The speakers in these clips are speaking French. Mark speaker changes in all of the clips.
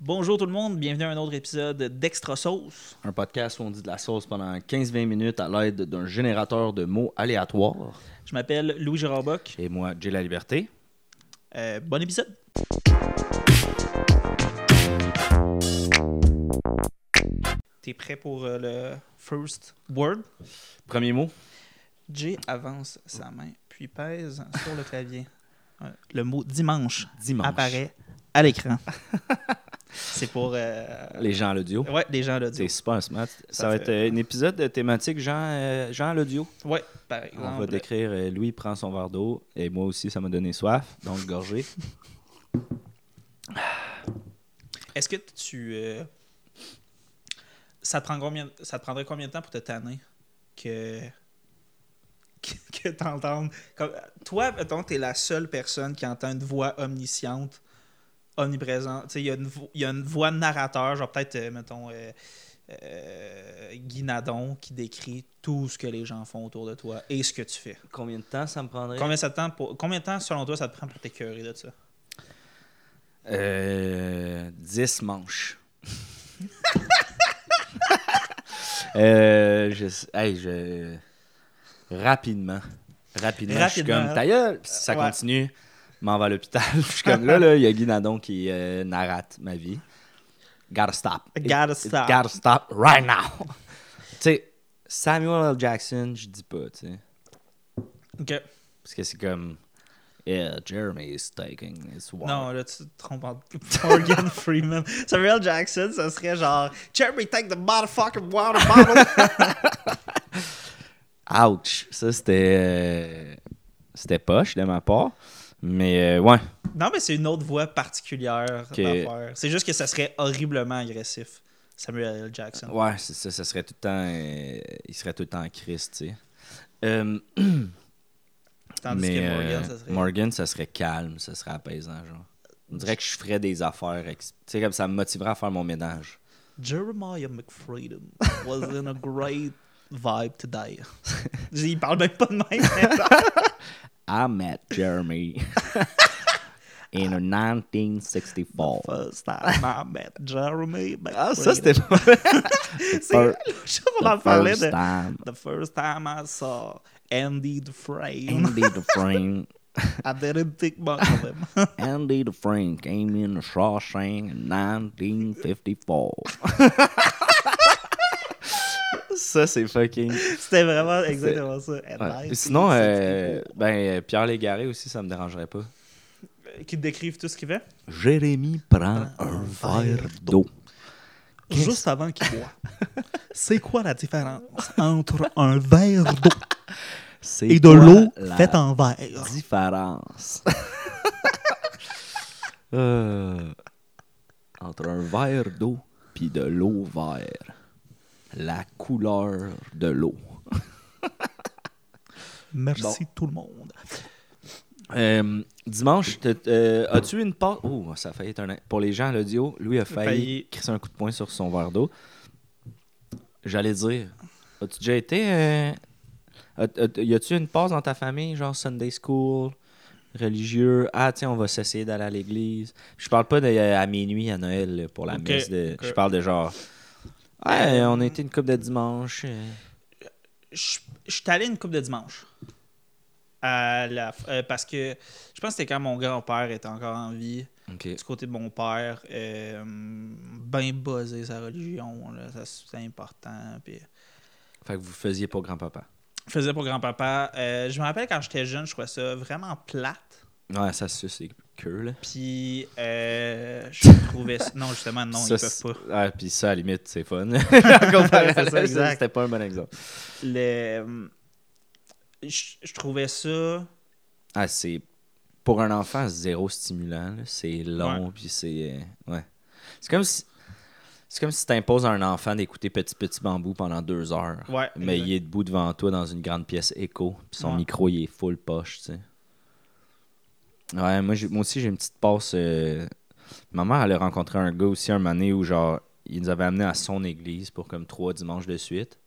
Speaker 1: Bonjour tout le monde, bienvenue à un autre épisode d'Extra Sauce.
Speaker 2: Un podcast où on dit de la sauce pendant 15-20 minutes à l'aide d'un générateur de mots aléatoires.
Speaker 1: Je m'appelle Louis Gérard Bock.
Speaker 2: Et moi, J'ai la liberté.
Speaker 1: Euh, bon épisode. T'es prêt pour euh, le first word?
Speaker 2: Premier mot.
Speaker 1: Jay avance sa main puis pèse sur le clavier. Euh, Le mot dimanche,
Speaker 2: Dimanche.
Speaker 1: apparaît à l'écran. C'est pour euh,
Speaker 2: Les gens à l'audio.
Speaker 1: ouais, les gens l'audio.
Speaker 2: C'est super smart. Ça va
Speaker 1: Parfait.
Speaker 2: être euh, un épisode de thématique Jean, euh, Jean à l'audio.
Speaker 1: Ouais, par exemple.
Speaker 2: On va décrire euh, lui prend son verre d'eau et moi aussi ça m'a donné soif, donc gorgé.
Speaker 1: Est-ce que tu. euh, ça, te prend combien, ça te prendrait combien de temps pour te tanner que. que, que t'entendes. Comme, toi, mettons, t'es la seule personne qui entend une voix omnisciente, omniprésente. Tu sais, il y, a une vo- il y a une voix de narrateur, genre peut-être, euh, mettons, euh, euh, Guy Nadon, qui décrit tout ce que les gens font autour de toi et ce que tu fais.
Speaker 2: Combien de temps ça me prendrait
Speaker 1: Combien, ça te temps pour, combien de temps, selon toi, ça te prend pour t'écœurer de ça?
Speaker 2: Euh, 10 manches. Euh, je, hey, je- rapidement. Rapidement. Je suis
Speaker 1: Rapidement. hein?
Speaker 2: comme, ta gueule! Puis si ça
Speaker 1: Ouais.
Speaker 2: continue, je m'en va à l'hôpital. je suis comme, là, là, il y a Guy Nadon qui euh, narrate ma vie. Gotta stop. It-
Speaker 1: Gotta
Speaker 2: it
Speaker 1: stop.
Speaker 2: Gotta stop right now. tu sais, Samuel L. Jackson, je dis pas, tu sais.
Speaker 1: Ok.
Speaker 2: Parce que c'est comme, yeah, Jeremy is taking his wallet.
Speaker 1: Non, là, tu te trompes en Morgan Freeman. Samuel Jackson, ça serait genre Jeremy, take the motherfucking water bottle.
Speaker 2: Ouch! Ça, c'était. euh, c'était poche de ma part. Mais euh, ouais.
Speaker 1: non, mais c'est une autre voix particulière
Speaker 2: Ok.
Speaker 1: d'affaire. C'est juste que ça serait horriblement agressif, Samuel L. Jackson.
Speaker 2: Ouais, c'est ça, ça serait tout le temps. euh, il serait tout le temps en crise, tu sais. Euh,
Speaker 1: Tandis
Speaker 2: mais
Speaker 1: que Morgan,
Speaker 2: euh,
Speaker 1: ça serait.
Speaker 2: Morgan, ça serait calme, ça serait apaisant, genre. On dirait que je ferais des affaires. ex- Tu sais, comme ça me motiverait à faire mon ménage.
Speaker 1: Jeremiah McFreedom was in a great vibe today. Il parle même pas de même.
Speaker 2: I met Jeremy in 1964.
Speaker 1: First time I met Jeremy McFreedom.
Speaker 2: Ah, ça, c'était pas.
Speaker 1: C'est vrai, l'autre jour, on en
Speaker 2: The
Speaker 1: parlait
Speaker 2: first
Speaker 1: de.
Speaker 2: time.
Speaker 1: The first time I saw Andy Dufresne.
Speaker 2: Andy Dufresne.
Speaker 1: I didn't think much of him.
Speaker 2: Andy Dufresne came in the Shawshank in 1954. ça, c'est fucking.
Speaker 1: C'était vraiment exactement ça.
Speaker 2: Ouais.
Speaker 1: Headlight,
Speaker 2: Sinon,
Speaker 1: c'est-
Speaker 2: euh, ben, euh, Pierre Légaré aussi, ça me dérangerait pas.
Speaker 1: c'est- Qu'ils décrivent tout ce qu'il fait.
Speaker 2: Jérémy prend un verre d'eau.
Speaker 1: Juste avant qu'il boit. C'est quoi la différence entre un verre d'eau
Speaker 2: C'est
Speaker 1: et de
Speaker 2: quoi
Speaker 1: l'eau
Speaker 2: la
Speaker 1: faite en verre?
Speaker 2: différence. Euh, entre un verre d'eau puis de l'eau vert. La couleur de l'eau.
Speaker 1: Merci
Speaker 2: Bon.
Speaker 1: tout le monde.
Speaker 2: Euh, dimanche, t'as- euh, as-tu une part. Oh, ça a failli être un. an. Pour les gens à l'audio, lui a failli,
Speaker 1: Failli.
Speaker 2: crisser un coup de poing sur son verre d'eau. J'allais dire, as-tu déjà été. euh, as- as- y a-tu une passe dans ta famille, genre Sunday school, religieux Ah, tiens, on va s'essayer d'aller à l'église. Je parle pas de, euh, à minuit à Noël là, pour la
Speaker 1: Ok,
Speaker 2: messe. De,
Speaker 1: ok. Euh,
Speaker 2: Je parle de genre. Ouais, on a été une coupe de dimanche. euh.
Speaker 1: Je je suis allé une coupe de dimanche. À la, euh, parce que je pense que c'était quand mon grand-père était encore en vie.
Speaker 2: Ok.
Speaker 1: du côté de mon père, euh, ben buzzé sa religion, là, ça c'est important. Puis...
Speaker 2: Fait que vous faisiez pour grand-papa.
Speaker 1: Je faisais pour grand-papa. Euh, je me rappelle quand j'étais jeune, je trouvais ça vraiment plate.
Speaker 2: Ouais, ça se suce les queues, là.
Speaker 1: Puis euh, je trouvais. ça- Non, justement, non,
Speaker 2: Ça,
Speaker 1: ils peuvent
Speaker 2: c'est-
Speaker 1: pas.
Speaker 2: Ah, puis ça, à la limite, c'est fun. En comparaison,
Speaker 1: C'est ça, exact.
Speaker 2: C'était pas un bon exemple.
Speaker 1: Le- euh, Je, je trouvais ça.
Speaker 2: Ah, c'est... Pour un enfant, zéro stimulant. là. C'est long, puis c'est... euh, Ouais. C'est comme si... C'est comme si t'imposes à un enfant d'écouter Petit Petit Bambou pendant deux heures.
Speaker 1: Ouais,
Speaker 2: Mais
Speaker 1: exact.
Speaker 2: il est debout devant toi dans une grande pièce écho, puis son
Speaker 1: Ouais.
Speaker 2: micro, il est full poche, tu sais. Ouais, moi, j'ai- moi aussi, j'ai une petite passe... euh, Ma mère, elle a rencontré un gars aussi un moment donné où, genre, il nous avait amenés à son église pour comme trois dimanches de suite.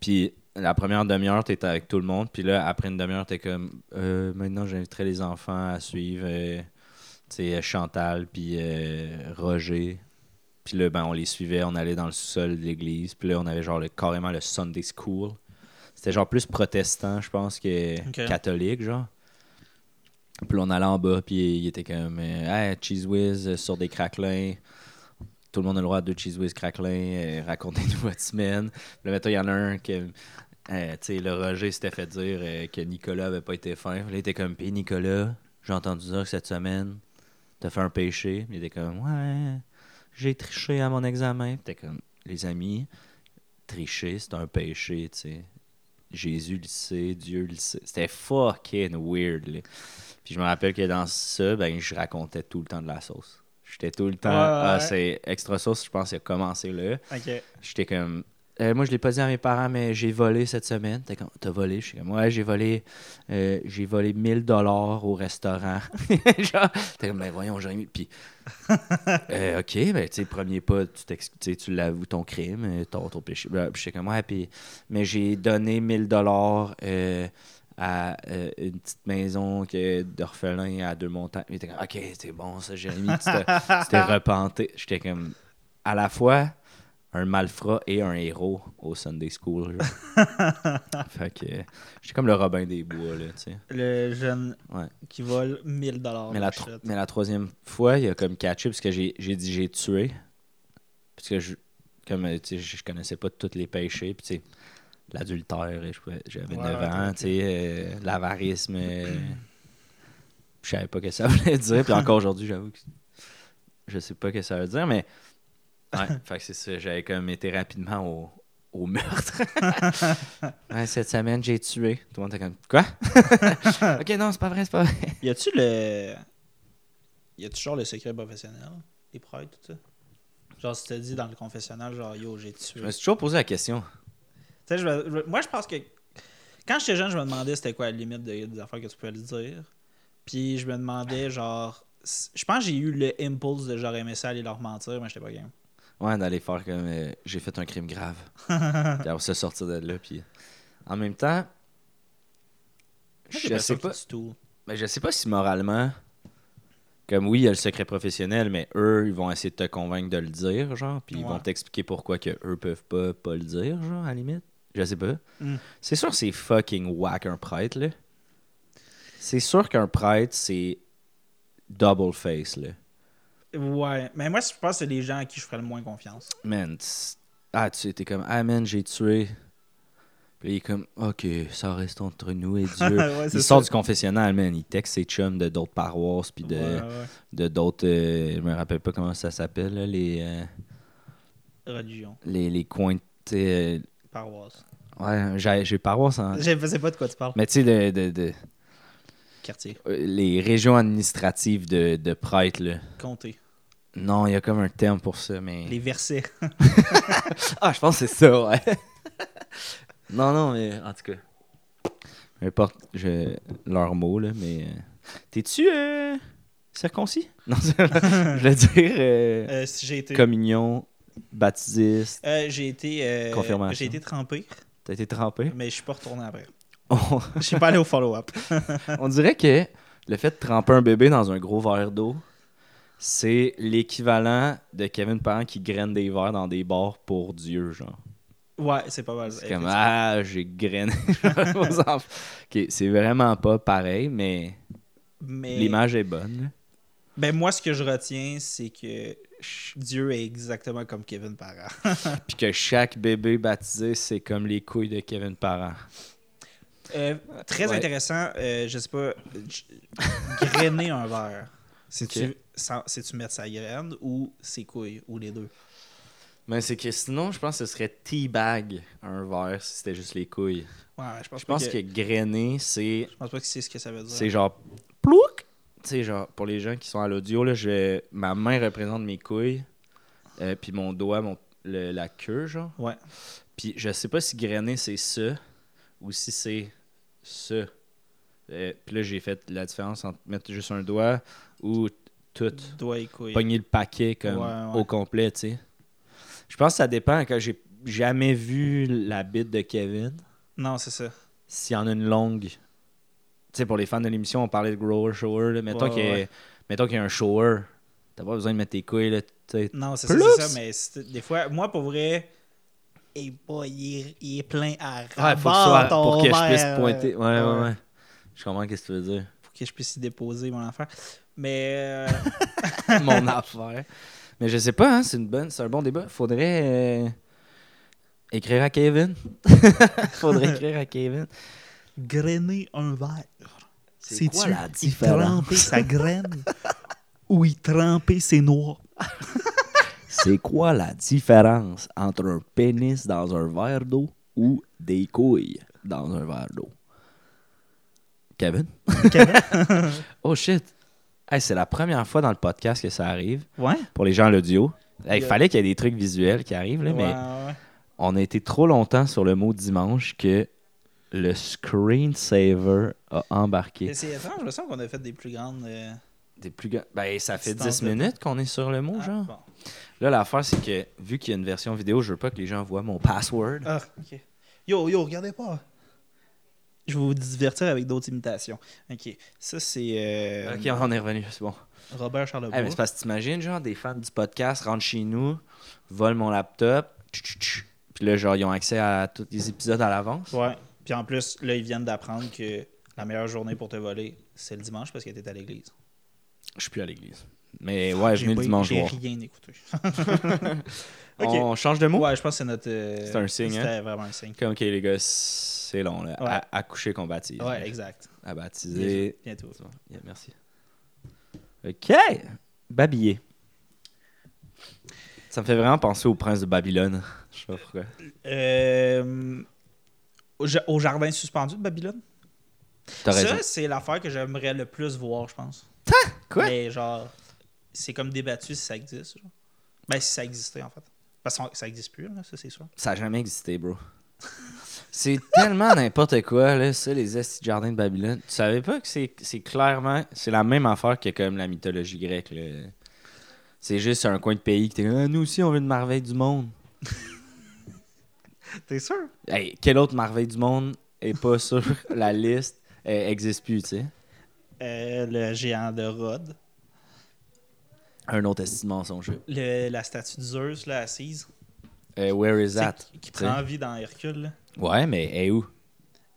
Speaker 2: Puis la première demi-heure, t'étais avec tout le monde. Puis là, après une demi-heure, t'es comme, Euh, maintenant, j'inviterai les enfants à suivre, euh, tu sais, Chantal, puis euh, Roger. Puis là, ben, on les suivait, on allait dans le sous-sol de l'église. Puis là, on avait genre le- carrément le Sunday School. C'était genre plus protestant, je pense, que
Speaker 1: Ok.
Speaker 2: catholique, genre. Puis là, on allait en bas, puis il était comme euh, Hey, Cheese Whiz euh, sur des craquelins. Tout le monde a le droit à deux Cheese Whiz craquelins. euh, Racontez-nous votre semaine. Puis là, mettons, il y en a un que. euh, tu sais, le Roger s'était fait dire euh, que Nicolas avait pas été fin. Puis Là, il était comme, pis Nicolas, j'ai entendu dire que cette semaine, t'as fait un péché. Il était comme, ouais, j'ai triché à mon examen. Puis T'es comme, les amis, tricher, c'est un péché, tu sais. Jésus le sait, Dieu le sait. C'était fucking weird, là. Puis je me rappelle que dans ça, ben, je racontais tout le temps de la sauce. J'étais tout le temps,
Speaker 1: Ouais, ouais,
Speaker 2: ah,
Speaker 1: ouais.
Speaker 2: c'est extra sauce, je pense, il a commencé là.
Speaker 1: Ok.
Speaker 2: J'étais comme. Euh, moi, je l'ai pas dit à mes parents, mais j'ai volé cette semaine. T'es comme, t'as volé? Je suis comme, ouais, j'ai volé, euh, j'ai volé 1000 dollars au restaurant. Genre, t'es comme, ben voyons, Jérémy. Puis, euh, ok, ben, tu sais, premier pas, tu t'ex- tu sais, tu l'avoues ton crime, euh, ton, ton péché. Puis j'étais comme, ouais, puis, mais j'ai donné 1000 dollars à euh, une petite maison que- d'orphelin à deux montagnes. Il était comme, ok, c'est bon, ça, Jérémy, tu t'es- tu t'es repenté. J'étais comme, à la fois un malfrat et un héros au Sunday School. genre. fait que euh, j'étais comme le Robin des Bois, là, tu sais.
Speaker 1: Le jeune
Speaker 2: Ouais.
Speaker 1: qui vole 1000 dollars.
Speaker 2: Mais la, tro- mais la troisième fois, il a comme catché parce que j'ai j'ai dit j'ai tué. Parce que je, comme, euh, tu sais, je je connaissais pas tous les péchés. Puis, tu sais, l'adultère, et je pouvais- j'avais
Speaker 1: Ouais,
Speaker 2: 9
Speaker 1: ouais,
Speaker 2: ans,
Speaker 1: ok.
Speaker 2: tu sais, euh, l'avarisme. euh, je savais pas que ça voulait dire. Puis encore aujourd'hui, j'avoue que je sais pas que ça veut dire. Mais, ouais, fait que c'est ça. J'avais comme été rapidement au, au meurtre. Ouais, cette semaine, j'ai tué. Tout le monde était comme, quoi? ok, non, c'est pas vrai, c'est pas vrai.
Speaker 1: Y a-tu le. Y a-tu genre le secret professionnel Les prêtres, tout ça Genre, si t'as dit dans le confessionnal, genre, yo, j'ai tué.
Speaker 2: Je me suis toujours posé la question.
Speaker 1: Tu sais, je me- je- moi, je pense que quand j'étais jeune, je me demandais c'était quoi la limite de- des affaires que tu pouvais le dire. Puis je me demandais, genre, s- je pense que j'ai eu le impulse de genre aimer ça aller leur mentir, mais j'étais pas game.
Speaker 2: Ouais, d'aller faire comme euh, j'ai fait un crime grave. puis on se sortir de là. Puis en même temps,
Speaker 1: Moi, j'ai
Speaker 2: je sais
Speaker 1: l'impression
Speaker 2: pas.
Speaker 1: qu'ils disent tout.
Speaker 2: Mais je sais pas si moralement, comme oui, il y a le secret professionnel, mais eux, ils vont essayer de te convaincre de le dire, genre, puis ils
Speaker 1: Ouais.
Speaker 2: vont t'expliquer pourquoi que eux peuvent pas pas le dire, genre, à la limite. Je sais pas.
Speaker 1: Mm.
Speaker 2: C'est sûr, que c'est fucking whack un prêtre, là. C'est sûr qu'un prêtre, c'est double face, là.
Speaker 1: Ouais, mais moi, je pense que c'est les gens à qui je ferais le moins confiance.
Speaker 2: man, t's- ah, tu étais comme, ah, man, j'ai tué. Puis il est comme, ok, ça reste entre nous et Dieu.
Speaker 1: Ouais, c'est
Speaker 2: il sort
Speaker 1: ça.
Speaker 2: du confessionnal, man. Il texte ses chums de d'autres paroisses, puis de,
Speaker 1: Ouais, ouais.
Speaker 2: de d'autres. euh, je me rappelle pas comment ça s'appelle, là, les, euh,
Speaker 1: Religion,
Speaker 2: les, les coins. de- tu sais,
Speaker 1: paroisse.
Speaker 2: euh, ouais, j'ai, j'ai paroisse en.
Speaker 1: Je sais pas de quoi tu parles.
Speaker 2: Mais tu sais, le- de- de-
Speaker 1: Quartier,
Speaker 2: euh, les régions administratives de, de prêtres, là.
Speaker 1: comté,
Speaker 2: Non, il y a comme un terme pour ça, mais.
Speaker 1: les versets.
Speaker 2: Ah, je pense que c'est ça, ouais. non, non, mais en tout cas. Peu importe je, leurs mots, là, mais. euh, T'es-tu euh, circoncis? Non, c'est- je voulais dire euh,
Speaker 1: Euh, si j'ai été.
Speaker 2: communion, baptiste.
Speaker 1: Euh, j'ai été. euh,
Speaker 2: Confirmation.
Speaker 1: J'ai été trempé,
Speaker 2: T'as été trempé?
Speaker 1: mais je suis pas retourné après.
Speaker 2: On,
Speaker 1: Je suis pas allé au follow-up.
Speaker 2: on dirait que le fait de tremper un bébé dans un gros verre d'eau, c'est l'équivalent de Kevin Parent qui graine des verres dans des bars pour Dieu, genre.
Speaker 1: Ouais, c'est pas mal.
Speaker 2: C'est comme Ah, j'ai grainé vos enfants. Ok, c'est vraiment pas pareil, mais
Speaker 1: Mais-
Speaker 2: l'image est bonne. là.
Speaker 1: Ben moi, ce que je retiens, c'est que Dieu est exactement comme Kevin Parent.
Speaker 2: Puis que chaque bébé baptisé, c'est comme les couilles de Kevin Parent.
Speaker 1: Euh, très
Speaker 2: Ouais.
Speaker 1: intéressant, euh, je sais pas, j- grainer un verre. C'est-tu
Speaker 2: Ok.
Speaker 1: sans- c'est-tu mettre sa graine ou ses couilles, ou les deux?
Speaker 2: Mais c'est que sinon, je pense que ce serait teabag un verre si c'était juste les couilles.
Speaker 1: Ouais, je pense,
Speaker 2: Je
Speaker 1: pas
Speaker 2: pense que, grainer, c'est
Speaker 1: Je pense pas que c'est ce que ça veut dire.
Speaker 2: c'est genre plouc. Tu sais, genre, pour les gens qui sont à l'audio, là, je... ma main représente mes couilles, euh, puis mon doigt, mon... le- la queue, genre.
Speaker 1: Ouais.
Speaker 2: Puis je sais pas si grainer c'est ça ou si c'est ça. Euh, puis là, j'ai fait la différence entre mettre juste un doigt ou t- tout.
Speaker 1: Doigt et couilles.
Speaker 2: Pogner le paquet comme
Speaker 1: Ouais, ouais.
Speaker 2: au complet, tu sais. Je pense que ça dépend. Quand j'ai jamais vu la bite de Kevin,
Speaker 1: Non, c'est ça.
Speaker 2: s'il y en a une longue. Tu sais, pour les fans de l'émission, on parlait de grower, shower. là. Mettons
Speaker 1: Ouais,
Speaker 2: qu'il y a-
Speaker 1: ouais.
Speaker 2: mettons qu'il y a un shower. T'as pas besoin de mettre tes couilles, là. Tu Tu sais,
Speaker 1: Non, c'est ça,
Speaker 2: Plus.
Speaker 1: c'est ça, mais c'est- des fois, moi, pour vrai, et boy, il, est- il est plein à
Speaker 2: Ouais,
Speaker 1: rabat
Speaker 2: Ah, faut que ce soit
Speaker 1: ton
Speaker 2: pour que je puisse
Speaker 1: verre.
Speaker 2: pointer. Ouais, ouais,
Speaker 1: ouais.
Speaker 2: ouais. Je comprends qu'est-ce que tu veux dire.
Speaker 1: Pour que je puisse y déposer mon affaire. Mais euh,
Speaker 2: Mon affaire. Mais je sais pas, hein, c'est une bonne, c'est un bon débat. Faudrait euh, écrire à Kevin. Faudrait écrire à Kevin.
Speaker 1: grainer un verre,
Speaker 2: C'est
Speaker 1: c'est-tu
Speaker 2: quoi la
Speaker 1: y
Speaker 2: différence?
Speaker 1: tremper sa graine ou y tremper ses noix?
Speaker 2: C'est quoi la différence entre un pénis dans un verre d'eau ou des couilles dans un verre d'eau? Kevin? oh shit! Hey, c'est la première fois dans le podcast que ça arrive
Speaker 1: Ouais.
Speaker 2: pour les gens à l'audio. Hey, Il
Speaker 1: Yeah.
Speaker 2: fallait qu'il y ait des trucs visuels qui arrivent, là,
Speaker 1: ouais,
Speaker 2: mais
Speaker 1: ouais.
Speaker 2: on a été trop longtemps sur le mot dimanche que le screensaver a
Speaker 1: Mais
Speaker 2: embarqué.
Speaker 1: C'est étrange, je me sens qu'on a fait des plus grandes. euh,
Speaker 2: Des plus grands- ben, ça fait
Speaker 1: Distance
Speaker 2: 10
Speaker 1: de-
Speaker 2: minutes qu'on est sur le mot,
Speaker 1: ah,
Speaker 2: genre.
Speaker 1: bon.
Speaker 2: Là, l'affaire, c'est que vu qu'il y a une version vidéo, je veux pas que les gens voient mon password.
Speaker 1: Ah, ok. Yo, yo, regardez pas. Je vais vous divertir avec d'autres imitations. Ok. Ça, c'est euh,
Speaker 2: Ok, on est revenu, c'est bon.
Speaker 1: Robert Charlebois.
Speaker 2: Eh, mais c'est parce que t'imagines, genre, des fans du podcast rentrent chez nous, volent mon laptop, tch, tch, tch. puis là, genre, ils ont accès à tous les épisodes à l'avance.
Speaker 1: Ouais. Puis en plus, là, ils viennent d'apprendre que la meilleure journée pour te voler, c'est le dimanche parce que t'es à l'église.
Speaker 2: Je suis plus à l'église. Mais ouais, je
Speaker 1: J'ai
Speaker 2: venais
Speaker 1: pas-
Speaker 2: le dimanche
Speaker 1: J'ai
Speaker 2: soir.
Speaker 1: rien écouté. Ok.
Speaker 2: On change de mot?
Speaker 1: Ouais, je pense que c'est notre. euh,
Speaker 2: C'est un signe, hein?
Speaker 1: C'était vraiment un signe.
Speaker 2: Comme, ok, les gars, c'est long, là.
Speaker 1: Ouais.
Speaker 2: À, à coucher qu'on baptise.
Speaker 1: Ouais, exact.
Speaker 2: À baptiser.
Speaker 1: Bientôt.
Speaker 2: C'est bon. Yeah, merci. Ok! Babiller. Ça me fait vraiment penser au prince de Babylone. Je sais pas pourquoi.
Speaker 1: Euh, au ja- au jardin suspendu de Babylone.
Speaker 2: T'as raison.
Speaker 1: Ça, c'est l'affaire que j'aimerais le plus voir, je pense.
Speaker 2: Quoi?
Speaker 1: Mais genre, c'est comme débattu si ça existe. genre. Ben, si ça existait, en fait. Parce que ça existe plus, là, ça, c'est sûr.
Speaker 2: Ça a jamais existé, bro. C'est tellement n'importe quoi, là, ça, les estis de jardin de Babylone. Tu savais pas que c'est c'est clairement. C'est la même affaire que comme la mythologie grecque, là. C'est juste un coin de pays que t'es comme, Ah, nous aussi, on veut une merveille du monde.
Speaker 1: T'es sûr?
Speaker 2: Hey, quelle autre merveille du monde est pas sur la liste? Elle existe plus, tu sais.
Speaker 1: Euh, le géant de Rhodes.
Speaker 2: Un autre esti de mensonge.
Speaker 1: Le- la statue de Zeus, là, assise.
Speaker 2: Euh, where is that?
Speaker 1: Tu sais, Qui
Speaker 2: tu sais.
Speaker 1: prend vie dans Hercule, là.
Speaker 2: Ouais, mais elle est où?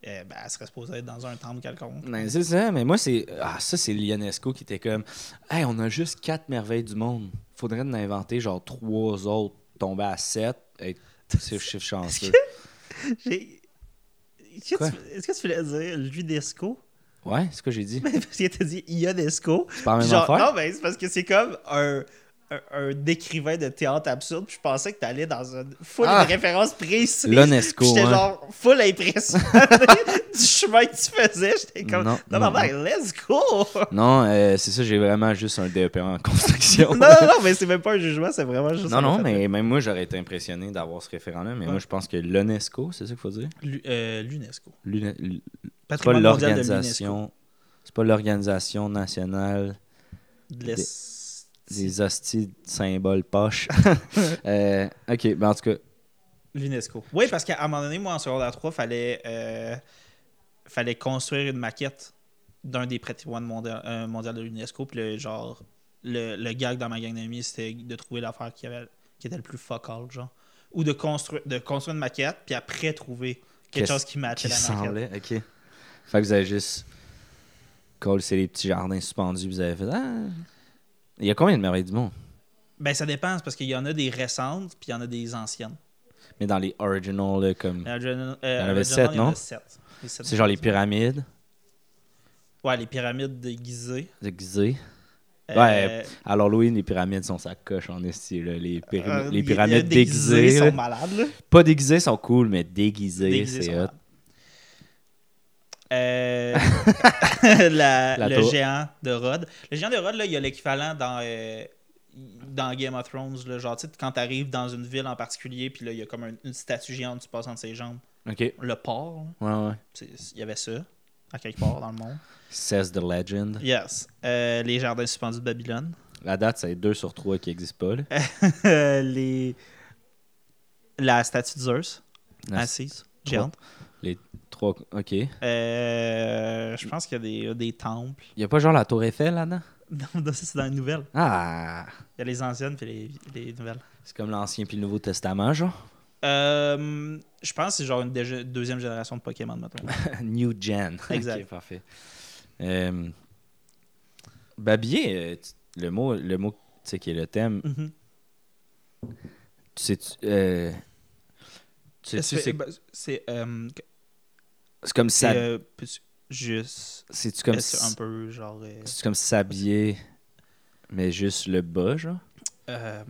Speaker 1: Euh, ben, elle serait supposée être dans un temple quelconque.
Speaker 2: Ben, c'est ça, mais moi, c'est. Ah, ça, c'est Lionesco qui était comme. Hey, on a juste quatre merveilles du monde. Faudrait en inventer genre trois autres, tomber à sept, être sur chiffre chanceux.
Speaker 1: J'ai- Qu'est-ce
Speaker 2: Quoi?
Speaker 1: que tu- Est-ce que tu voulais dire l'UNESCO?
Speaker 2: Ouais, c'est ce que j'ai dit.
Speaker 1: Ben, parce qu'il t'a dit UNESCO.
Speaker 2: C'est pas la même
Speaker 1: Genre,
Speaker 2: affaire?
Speaker 1: non, mais c'est parce que c'est comme un, un, un écrivain de théâtre absurde. Puis je pensais que t'allais dans une full
Speaker 2: Ah!
Speaker 1: de référence précise.
Speaker 2: L'UNESCO,
Speaker 1: Puis J'étais
Speaker 2: hein.
Speaker 1: genre full impressionné du chemin que tu faisais. J'étais comme,
Speaker 2: Non,
Speaker 1: non, non, non,
Speaker 2: non,
Speaker 1: let's go!
Speaker 2: Non, euh, c'est ça, j'ai vraiment juste un DEP en construction.
Speaker 1: non, non, non, mais c'est même pas un jugement, c'est vraiment juste.
Speaker 2: non,
Speaker 1: un
Speaker 2: non,
Speaker 1: fait.
Speaker 2: mais même moi, j'aurais été impressionné d'avoir ce référent-là, mais
Speaker 1: Ouais.
Speaker 2: moi, je pense que l'UNESCO, c'est ça qu'il faut dire?
Speaker 1: L'U- euh, L'UNESCO.
Speaker 2: L'une- l- C'est pas
Speaker 1: Patrimoine mondial de l'UNESCO.
Speaker 2: l'organisation. C'est pas l'organisation nationale
Speaker 1: De l'Est.
Speaker 2: des hosties de symboles poches. Euh, ok, ben en tout cas,
Speaker 1: L'UNESCO. Oui, parce qu'à un moment donné, moi, en secondaire 3, fallait, euh, fallait construire une maquette d'un des patrimoines mondial, euh, mondial de l'UNESCO. Puis le genre, le, le gag dans ma gang d'amis, c'était de trouver l'affaire qui, avait, qui était le plus focal, genre. Ou de construire, de construire une maquette, puis après trouver quelque
Speaker 2: Qu'est-ce
Speaker 1: chose qui matchait
Speaker 2: qui
Speaker 1: la maquette.
Speaker 2: semblait. Ok. Fait que vous avez juste. Cole, c'est les petits jardins suspendus, vous avez fait. Ah. Il y a combien de merveilles du monde
Speaker 1: Ben, ça dépend, c'est parce qu'il y en a des récentes, puis il y en a des anciennes.
Speaker 2: Mais dans les original, là, comme.
Speaker 1: Euh, Original-
Speaker 2: en
Speaker 1: euh,
Speaker 2: avait
Speaker 1: Original,
Speaker 2: sept,
Speaker 1: il y en a
Speaker 2: non?
Speaker 1: sept. Les sept
Speaker 2: C'est genre les
Speaker 1: pyramides.
Speaker 2: pyramides,
Speaker 1: Ouais, les pyramides déguisées.
Speaker 2: déguisées.
Speaker 1: Euh,
Speaker 2: Ouais, Alors, Louis, les pyramides sont sa coche en esti, là. Les, pyram-
Speaker 1: euh,
Speaker 2: les pyramides déguisées. là.
Speaker 1: sont malades, là.
Speaker 2: Pas déguisées sont cool, mais déguisées,
Speaker 1: Déguisé
Speaker 2: c'est
Speaker 1: son
Speaker 2: hot.
Speaker 1: âme. Euh, la-
Speaker 2: La
Speaker 1: le
Speaker 2: tour.
Speaker 1: géant de Rod. Le géant de Rod, là, il y a l'équivalent dans, euh, dans Game of Thrones. Là, genre, tu sais, quand tu arrives dans une ville en particulier, puis là, il y a comme un- une statue géante, tu passes entre ses jambes.
Speaker 2: Ok. Ouais,
Speaker 1: Le port, là,
Speaker 2: ouais.
Speaker 1: c'est- il y avait ça, à quelque part dans le monde.
Speaker 2: Says the legend.
Speaker 1: Yes. Euh, les jardins suspendus de Babylone.
Speaker 2: La date, c'est 2 sur 3 qui n'existe pas, là.
Speaker 1: les... La statue de Zeus,
Speaker 2: La-
Speaker 1: assise, géante.
Speaker 2: Trois- Ok. Il
Speaker 1: Euh, je pense qu'il y a des, des temples.
Speaker 2: n'y a pas genre la Tour Eiffel là-dedans
Speaker 1: Non, non, ça, c'est dans les nouvelles.
Speaker 2: Ah!
Speaker 1: Il y a les anciennes puis les, les nouvelles.
Speaker 2: C'est comme l'Ancien puis le Nouveau Testament, genre.
Speaker 1: Euh, je pense que c'est genre une déje- deuxième génération de Pokémon, maintenant.
Speaker 2: New Gen.
Speaker 1: Exact.
Speaker 2: Ok, parfait. Euh, babiller, euh, tu- le mot, le mot tu sais, qui est le thème,
Speaker 1: Mhm.
Speaker 2: tu sais, tu, euh, tu sais-tu, c'est
Speaker 1: C'est euh,
Speaker 2: c'est comme
Speaker 1: c'est,
Speaker 2: ça.
Speaker 1: euh, plus- juste.
Speaker 2: C'est-tu comme,
Speaker 1: est-ce un
Speaker 2: s-
Speaker 1: peu genre. euh,
Speaker 2: c'est-tu comme s'habiller, mais juste le bas, genre?
Speaker 1: euh,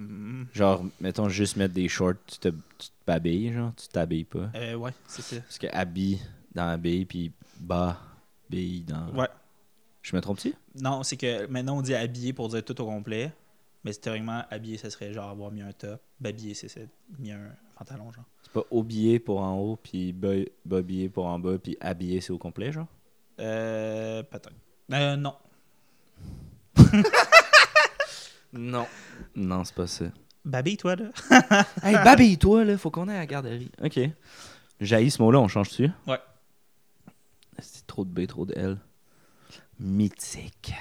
Speaker 2: Genre, mettons, juste mettre des shorts, tu te, tu te babilles, genre, tu t'habilles pas.
Speaker 1: euh, ouais, c'est ça.
Speaker 2: Parce que habille dans habille, puis bas, bille dans...
Speaker 1: Ouais.
Speaker 2: Je me trompe-tu?
Speaker 1: Non, c'est que maintenant on dit habillé pour dire tout au complet. Mais c'est théoriquement, habillé, ça serait genre avoir mis un top. Babillé, c'est c'est mis un pantalon, genre.
Speaker 2: C'est pas habillé pour en haut, puis ba- babillé pour en bas, puis habillé, c'est au complet, genre?
Speaker 1: Euh, peut-être. Euh, non.
Speaker 2: Non. Non, c'est pas ça.
Speaker 1: Babille, toi, là.
Speaker 2: hey, babille, toi, là, faut qu'on aille à la garderie. OK. J'haïs ce mot-là, on change dessus?
Speaker 1: Ouais.
Speaker 2: C'est trop de B, trop de L. Mythique.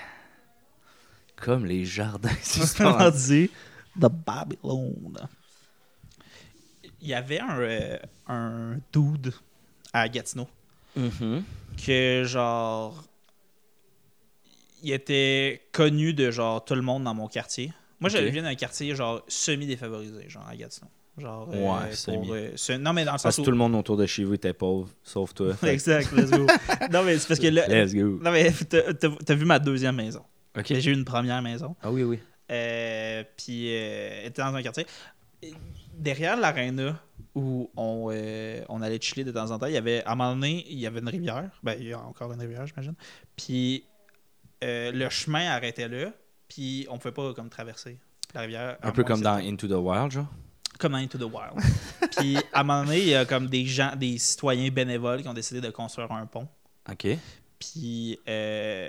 Speaker 2: Comme les jardins
Speaker 1: Comment
Speaker 2: suspendus.
Speaker 1: dit The Babylon. Il y avait un, euh, un dude à Gatineau
Speaker 2: Mhm.
Speaker 1: que genre il était connu de genre tout le monde dans mon quartier. Moi, je
Speaker 2: Ok.
Speaker 1: viens d'un quartier genre semi défavorisé, genre à Gatineau. Genre euh,
Speaker 2: Ouais,
Speaker 1: pour,
Speaker 2: semi.
Speaker 1: euh, ce- non mais dans le
Speaker 2: Parce
Speaker 1: sens
Speaker 2: que
Speaker 1: où
Speaker 2: tout le monde autour de chez vous était pauvre, sauf toi. Fait
Speaker 1: exact, let's go. non mais c'est parce que là,
Speaker 2: que- Let's go.
Speaker 1: non mais t'as- t'as t'as vu ma deuxième maison.
Speaker 2: OK.
Speaker 1: J'ai eu une première maison.
Speaker 2: Ah oui, oui.
Speaker 1: Euh, puis euh, était dans un quartier. Derrière l'aréna où on, euh, on allait chiller de temps en temps, il y avait, à un moment donné, il y avait une rivière. Ben, il y a encore une rivière, j'imagine. Puis euh, le chemin arrêtait là, puis on pouvait pas comme traverser la rivière. à
Speaker 2: Un peu
Speaker 1: moins
Speaker 2: comme
Speaker 1: que
Speaker 2: dans
Speaker 1: c'était-
Speaker 2: Into the Wild, genre.
Speaker 1: Comme dans Into the Wild. puis à un moment donné, il y a comme des gens, des citoyens bénévoles qui ont décidé de construire un pont.
Speaker 2: OK.
Speaker 1: Puis euh,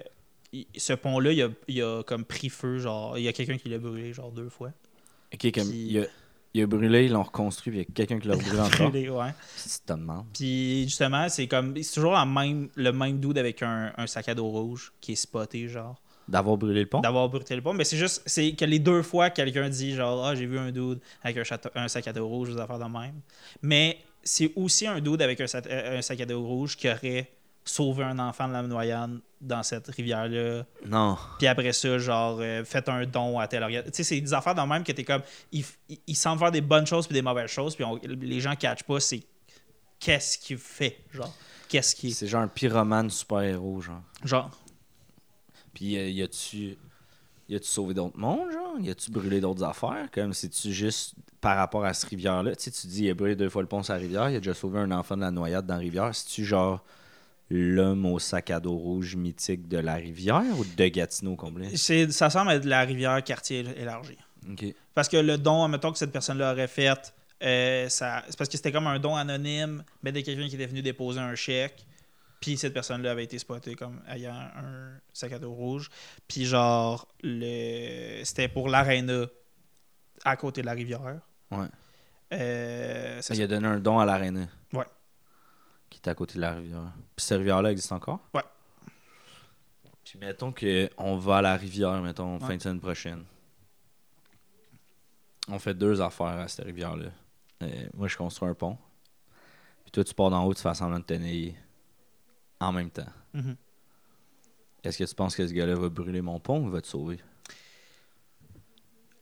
Speaker 1: il- ce pont-là, il a, il a comme pris feu, genre, il y a quelqu'un qui l'a brûlé, genre, deux fois.
Speaker 2: OK, comme
Speaker 1: Puis-
Speaker 2: il, a, il a brûlé, ils l'ont reconstruit, puis il y a quelqu'un qui l'a brûlé encore.
Speaker 1: Brûlé, ouais.
Speaker 2: C'est une demande.
Speaker 1: Puis justement, c'est comme c'est toujours la même, le même dude avec un, un sac à dos rouge qui est spoté, genre.
Speaker 2: D'avoir brûlé le pont?
Speaker 1: D'avoir brûlé le pont. Mais c'est juste c'est que les deux fois, quelqu'un dit genre Ah, j'ai vu un dude avec un, château- un sac à dos rouge, des affaires de même. Mais c'est aussi un dude avec un, sa- euh, un sac à dos rouge qui aurait sauvé un enfant de la noyade dans cette rivière-là.
Speaker 2: Non.
Speaker 1: Puis après ça, genre, euh, faites un don à tel organisme. Tu sais, c'est des affaires dans le même que t'es comme. Ils, ils, ils semblent faire des bonnes choses puis des mauvaises choses, puis on- les gens ne catchent pas, c'est qu'est-ce qu'il fait, genre. Qu'est-ce qu'il.
Speaker 2: C'est genre un pyromane super-héros, genre.
Speaker 1: Genre.
Speaker 2: Puis euh, y a-tu y a-tu sauvé d'autres mondes, genre Y a-tu brûlé d'autres affaires Comme c'est-tu juste par rapport à cette rivière-là Tu sais, tu dis il a brûlé deux fois le pont sur la rivière, il a déjà sauvé un enfant de la noyade dans la rivière. C'est-tu genre l'homme au sac à dos rouge mythique de la rivière ou de Gatineau complet
Speaker 1: c'est- Ça semble être la rivière quartier élargi.
Speaker 2: Ok.
Speaker 1: Parce que le don, mettons que cette personne-là aurait fait, euh, ça, c'est parce que c'était comme un don anonyme, mais de quelqu'un qui était venu déposer un chèque, puis cette personne-là avait été spotée comme ayant un sac à dos rouge, puis genre, le, c'était pour l'aréna à côté de la rivière.
Speaker 2: Ouais.
Speaker 1: Euh, c'est
Speaker 2: Il a donné un don à l'aréna.
Speaker 1: Ouais.
Speaker 2: Qui était à côté de la rivière. Puis cette rivière-là existe encore
Speaker 1: Ouais.
Speaker 2: Puis mettons qu'on va à la rivière, mettons, fin
Speaker 1: Ouais.
Speaker 2: de semaine prochaine. On fait deux affaires à cette rivière-là. Euh, moi, je construis un pont. Puis toi, tu pars d'en haut, tu fais semblant de tenir en même temps.
Speaker 1: ça. Mhm.
Speaker 2: Est-ce que tu penses que ce gars-là va brûler mon pont ou va te sauver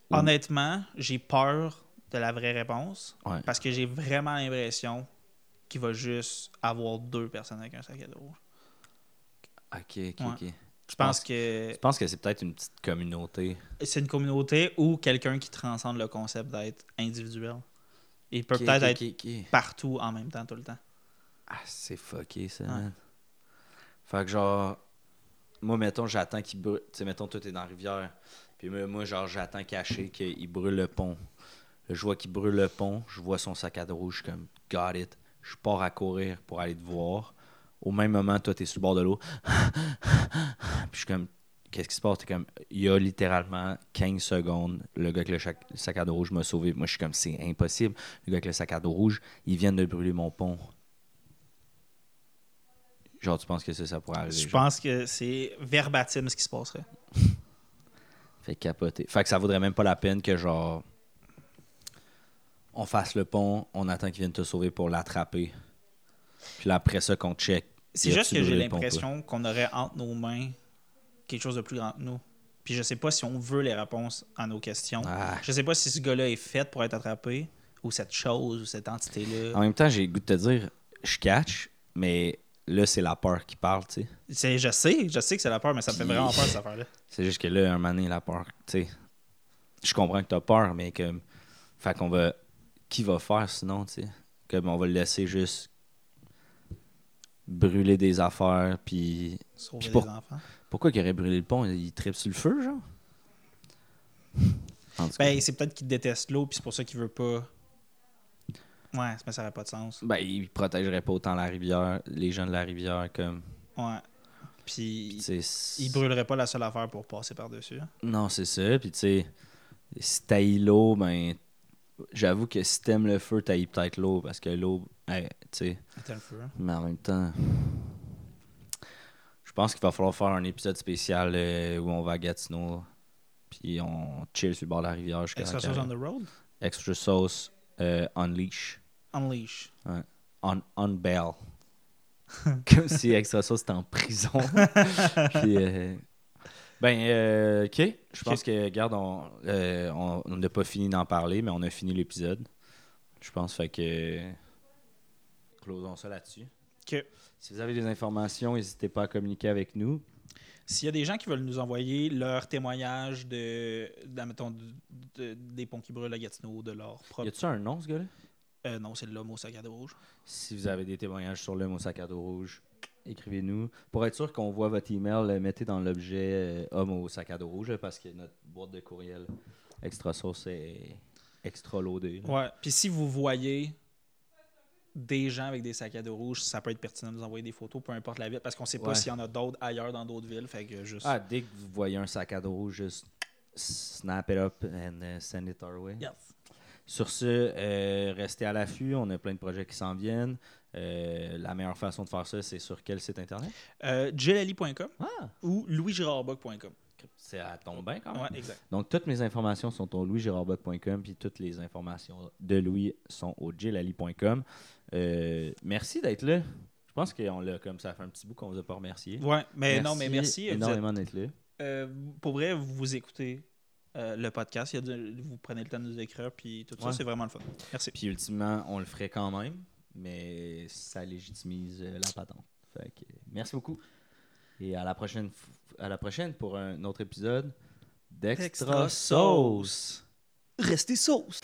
Speaker 2: Ou-
Speaker 1: Honnêtement, j'ai peur de la vraie réponse,
Speaker 2: Ouais.
Speaker 1: parce que j'ai vraiment l'impression qu'il va juste avoir deux personnes avec un sac à dos rouge.
Speaker 2: Ok, ok,
Speaker 1: Ouais.
Speaker 2: ok.
Speaker 1: Je pense que...
Speaker 2: Tu penses que c'est peut-être une petite communauté
Speaker 1: c'est une communauté ou quelqu'un qui transcende le concept d'être individuel. Il peut
Speaker 2: Ok,
Speaker 1: peut-être
Speaker 2: ok,
Speaker 1: être
Speaker 2: ok, ok.
Speaker 1: partout en même temps, tout le temps.
Speaker 2: Ah, c'est fucké, ça,
Speaker 1: Ouais.
Speaker 2: man. Fait que genre, moi, mettons, j'attends qu'il brûle. Tu sais, mettons, tout est dans la rivière. Puis moi, moi, genre, j'attends caché qu'il brûle le pont. Là, je vois qu'il brûle le pont. Je vois son sac à dos rouge. Je suis comme, got it. Je pars à courir pour aller te voir. Au même moment, toi, t'es sur le bord de l'eau. Puis je suis comme, qu'est-ce qui se passe? T'es comme, il y a littéralement 15 secondes, le gars avec le chac- sac à dos rouge m'a sauvé. Moi, je suis comme, c'est impossible. Le gars avec le sac à dos rouge, ils viennent de brûler mon pont. Genre, tu penses que ça, ça pourrait arriver?
Speaker 1: Je
Speaker 2: genre?
Speaker 1: pense que c'est verbatim ce qui se passerait.
Speaker 2: Fait capoter. Fait que ça vaudrait même pas la peine que genre on fasse le pont, on attend qu'il vienne te sauver pour l'attraper. Puis là, après ça qu'on check.
Speaker 1: C'est
Speaker 2: y
Speaker 1: juste
Speaker 2: a-tu
Speaker 1: que j'ai
Speaker 2: brûlé le pont,
Speaker 1: l'impression qu'on aurait entre nos mains quelque chose de plus grand que nous. Puis je sais pas si on veut les réponses à nos questions.
Speaker 2: pas? Ah.
Speaker 1: Je sais pas si ce gars-là est fait pour être attrapé ou cette chose ou cette entité-là.
Speaker 2: En même temps, j'ai le goût de te dire, je catch, mais là, c'est la peur qui parle, tu sais.
Speaker 1: C'est- Je sais, je sais que c'est la peur, mais ça me fait
Speaker 2: Puis-
Speaker 1: vraiment peur cette affaire-là.
Speaker 2: C'est juste que là, un moment donné, la peur, tu sais. Je comprends que t'as peur, mais comme. Fait qu'on va. Qui va faire sinon, tu sais? Comme on va le laisser juste brûler des affaires, puis.
Speaker 1: Sauver
Speaker 2: Puis
Speaker 1: des
Speaker 2: pour-
Speaker 1: enfants.
Speaker 2: Pourquoi qu'il aurait brûlé le pont? Il tripe sur le feu, genre? En tout cas.
Speaker 1: Ben, c'est peut-être qu'il déteste l'eau, puis c'est pour ça qu'il veut pas. Ouais, mais ça aurait pas de sens.
Speaker 2: Ben, il protégerait pas autant la rivière, les gens de la rivière, comme.
Speaker 1: Ouais. Puis
Speaker 2: tu sais, c'est-
Speaker 1: il brûlerait pas la seule affaire pour passer par-dessus. hein.
Speaker 2: Non, c'est ça. Puis, tu sais, si t'haïs l'eau, ben. J'avoue que si t'aimes le feu, t'haïs peut-être l'eau, parce que l'eau, hey, tu sais.
Speaker 1: Attends le feu.
Speaker 2: Mais en même temps, je pense qu'il va falloir faire un épisode spécial euh, où on va à Gatineau. Puis on chill sur le bord de la rivière jusqu'à
Speaker 1: Extra
Speaker 2: la
Speaker 1: sauce on
Speaker 2: carrière.
Speaker 1: the road?
Speaker 2: Extra sauce, euh, unleash,
Speaker 1: Unleash.
Speaker 2: on, on bail. Comme si extra sauce était en prison. Puis, euh, ben, euh, ok. Je pense que, regarde, on euh, on- on n'a pas fini d'en parler, mais on a fini l'épisode. Je pense, fait que. Closons ça là-dessus.
Speaker 1: Ok.
Speaker 2: Si vous avez des informations, n'hésitez pas à communiquer avec nous.
Speaker 1: S'il y a des gens qui veulent nous envoyer leur témoignage de, de- mettons, de- de- des ponts qui brûlent à Gatineau, de leur
Speaker 2: Y
Speaker 1: propre.
Speaker 2: a-tu un nom, ce gars-là
Speaker 1: Euh, non, c'est l'homme au sac à dos rouge.
Speaker 2: Si vous avez des témoignages sur le mot sac à dos rouge, écrivez-nous. Pour être sûr qu'on voit votre email, euh, mettez dans l'objet euh, homme au sac à dos rouge là, parce que notre boîte de courriel extra sauce est extra loadée. là.
Speaker 1: Ouais. Puis si vous voyez des gens avec des sacs à dos rouges, ça peut être pertinent de nous envoyer des photos, peu importe la ville, parce qu'on sait pas
Speaker 2: Ouais.
Speaker 1: s'il y en a d'autres ailleurs dans d'autres villes. Fait que juste.
Speaker 2: Ah, dès que vous voyez un sac à dos rouge, juste snap it up and euh, send it our way.
Speaker 1: Yes.
Speaker 2: Sur ce, euh, restez à l'affût. On a plein de projets qui s'en viennent. Euh, la meilleure façon de faire ça, c'est sur quel site internet
Speaker 1: Euh, jellali.com
Speaker 2: Ah,
Speaker 1: ou louisgirardbock.com.
Speaker 2: c'est à ton bain quand même.
Speaker 1: Ouais, exact.
Speaker 2: Donc, toutes mes informations sont au louisgérardbock.com, puis toutes les informations de Louis sont au jillali.com. Euh, merci d'être là. Je pense qu'on l'a, comme ça fait un petit bout qu'on vous a pas remercié.
Speaker 1: Ouais, mais non, mais merci. Vous êtes-
Speaker 2: énormément d'être là.
Speaker 1: Euh, pour vrai, vous vous écoutez euh, le podcast, il y a du- vous prenez le temps de nous écrire, puis tout ça,
Speaker 2: Ouais.
Speaker 1: c'est vraiment le fun. Merci.
Speaker 2: Puis, ultimement, on le ferait quand même, mais ça légitimise euh, la patente. Fait que, euh, merci beaucoup. Et à la prochaine, f- à la prochaine pour un autre épisode d'Extra
Speaker 1: Extra
Speaker 2: Sauce.
Speaker 1: Restez sauce!